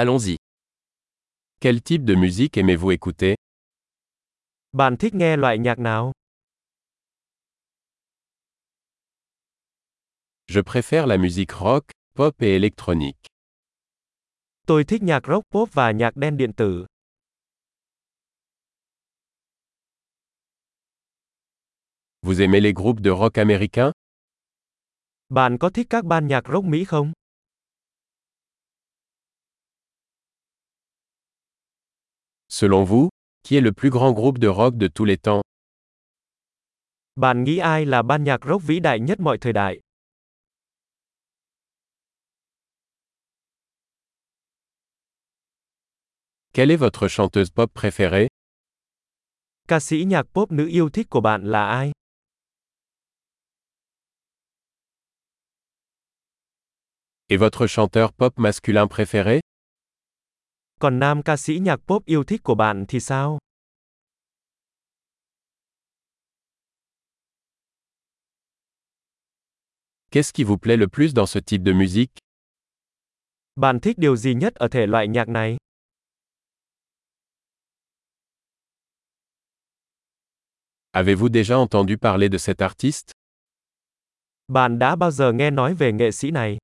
Allons-y. Quel type de musique aimez-vous écouter Bạn thích nghe loại nhạc nào? Je préfère la musique rock, pop et électronique. Tôi thích nhạc rock pop và nhạc đen điện tử. Vous aimez les groupes de rock américains Bạn có thích các ban nhạc rock Mỹ không? Selon vous, qui est le plus grand groupe de rock de tous les temps Bạn nghĩ ai là ban nhạc rock vĩ đại nhất mọi thời đại? Quelle est votre chanteuse pop préférée Ca sĩ nhạc pop nữ yêu thích của bạn là ai? Et votre chanteur pop masculin préféré Còn nam ca sĩ nhạc pop yêu thích của bạn thì sao? Qu'est-ce qui vous plaît le plus dans ce type de musique Bạn thích điều gì nhất ở thể loại nhạc này? Avez-vous déjà entendu parler de cet artiste Bạn đã bao giờ nghe nói về nghệ sĩ này?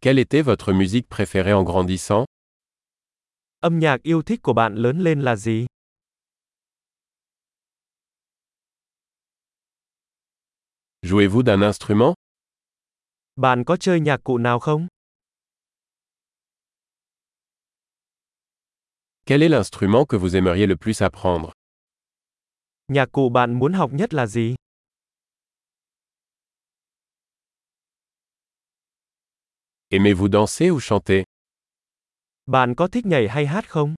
Quelle était votre musique préférée en grandissant Âm nhạc yêu thích của bạn lớn lên là gì? Jouez-vous d'un instrument Bạn có chơi nhạc cụ nào không? Quel est l'instrument que vous aimeriez le plus apprendre Nhạc cụ bạn muốn học nhất là gì? Aimez-vous danser ou chanter Bạn có thích nhảy hay hát không?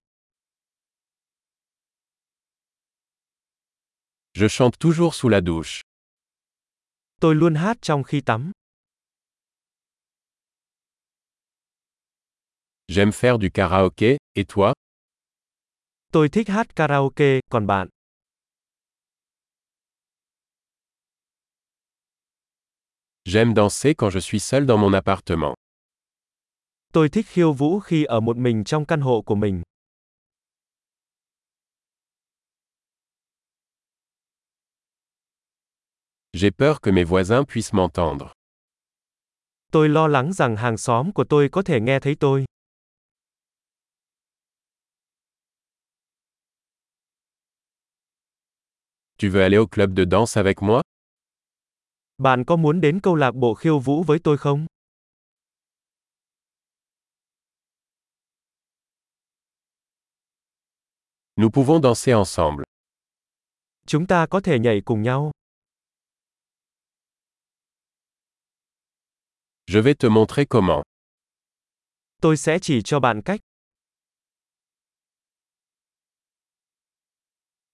Je chante toujours sous la douche. Tôi luôn hát trong khi tắm. J'aime faire du karaoké, et toi Tôi thích hát karaoke, còn bạn? J'aime danser quand je suis seul dans mon appartement. Tôi thích khiêu vũ khi ở một mình trong căn hộ của mình. J'ai peur que mes voisins puissent m'entendre. Tôi lo lắng rằng hàng xóm của tôi có thể nghe thấy tôi. Tu veux aller au club de danse avec moi Bạn có muốn đến câu lạc bộ khiêu vũ với tôi không? Nous pouvons danser ensemble. Chúng ta có thể nhảy cùng nhau. Je vais te montrer comment. Tôi sẽ chỉ cho bạn cách.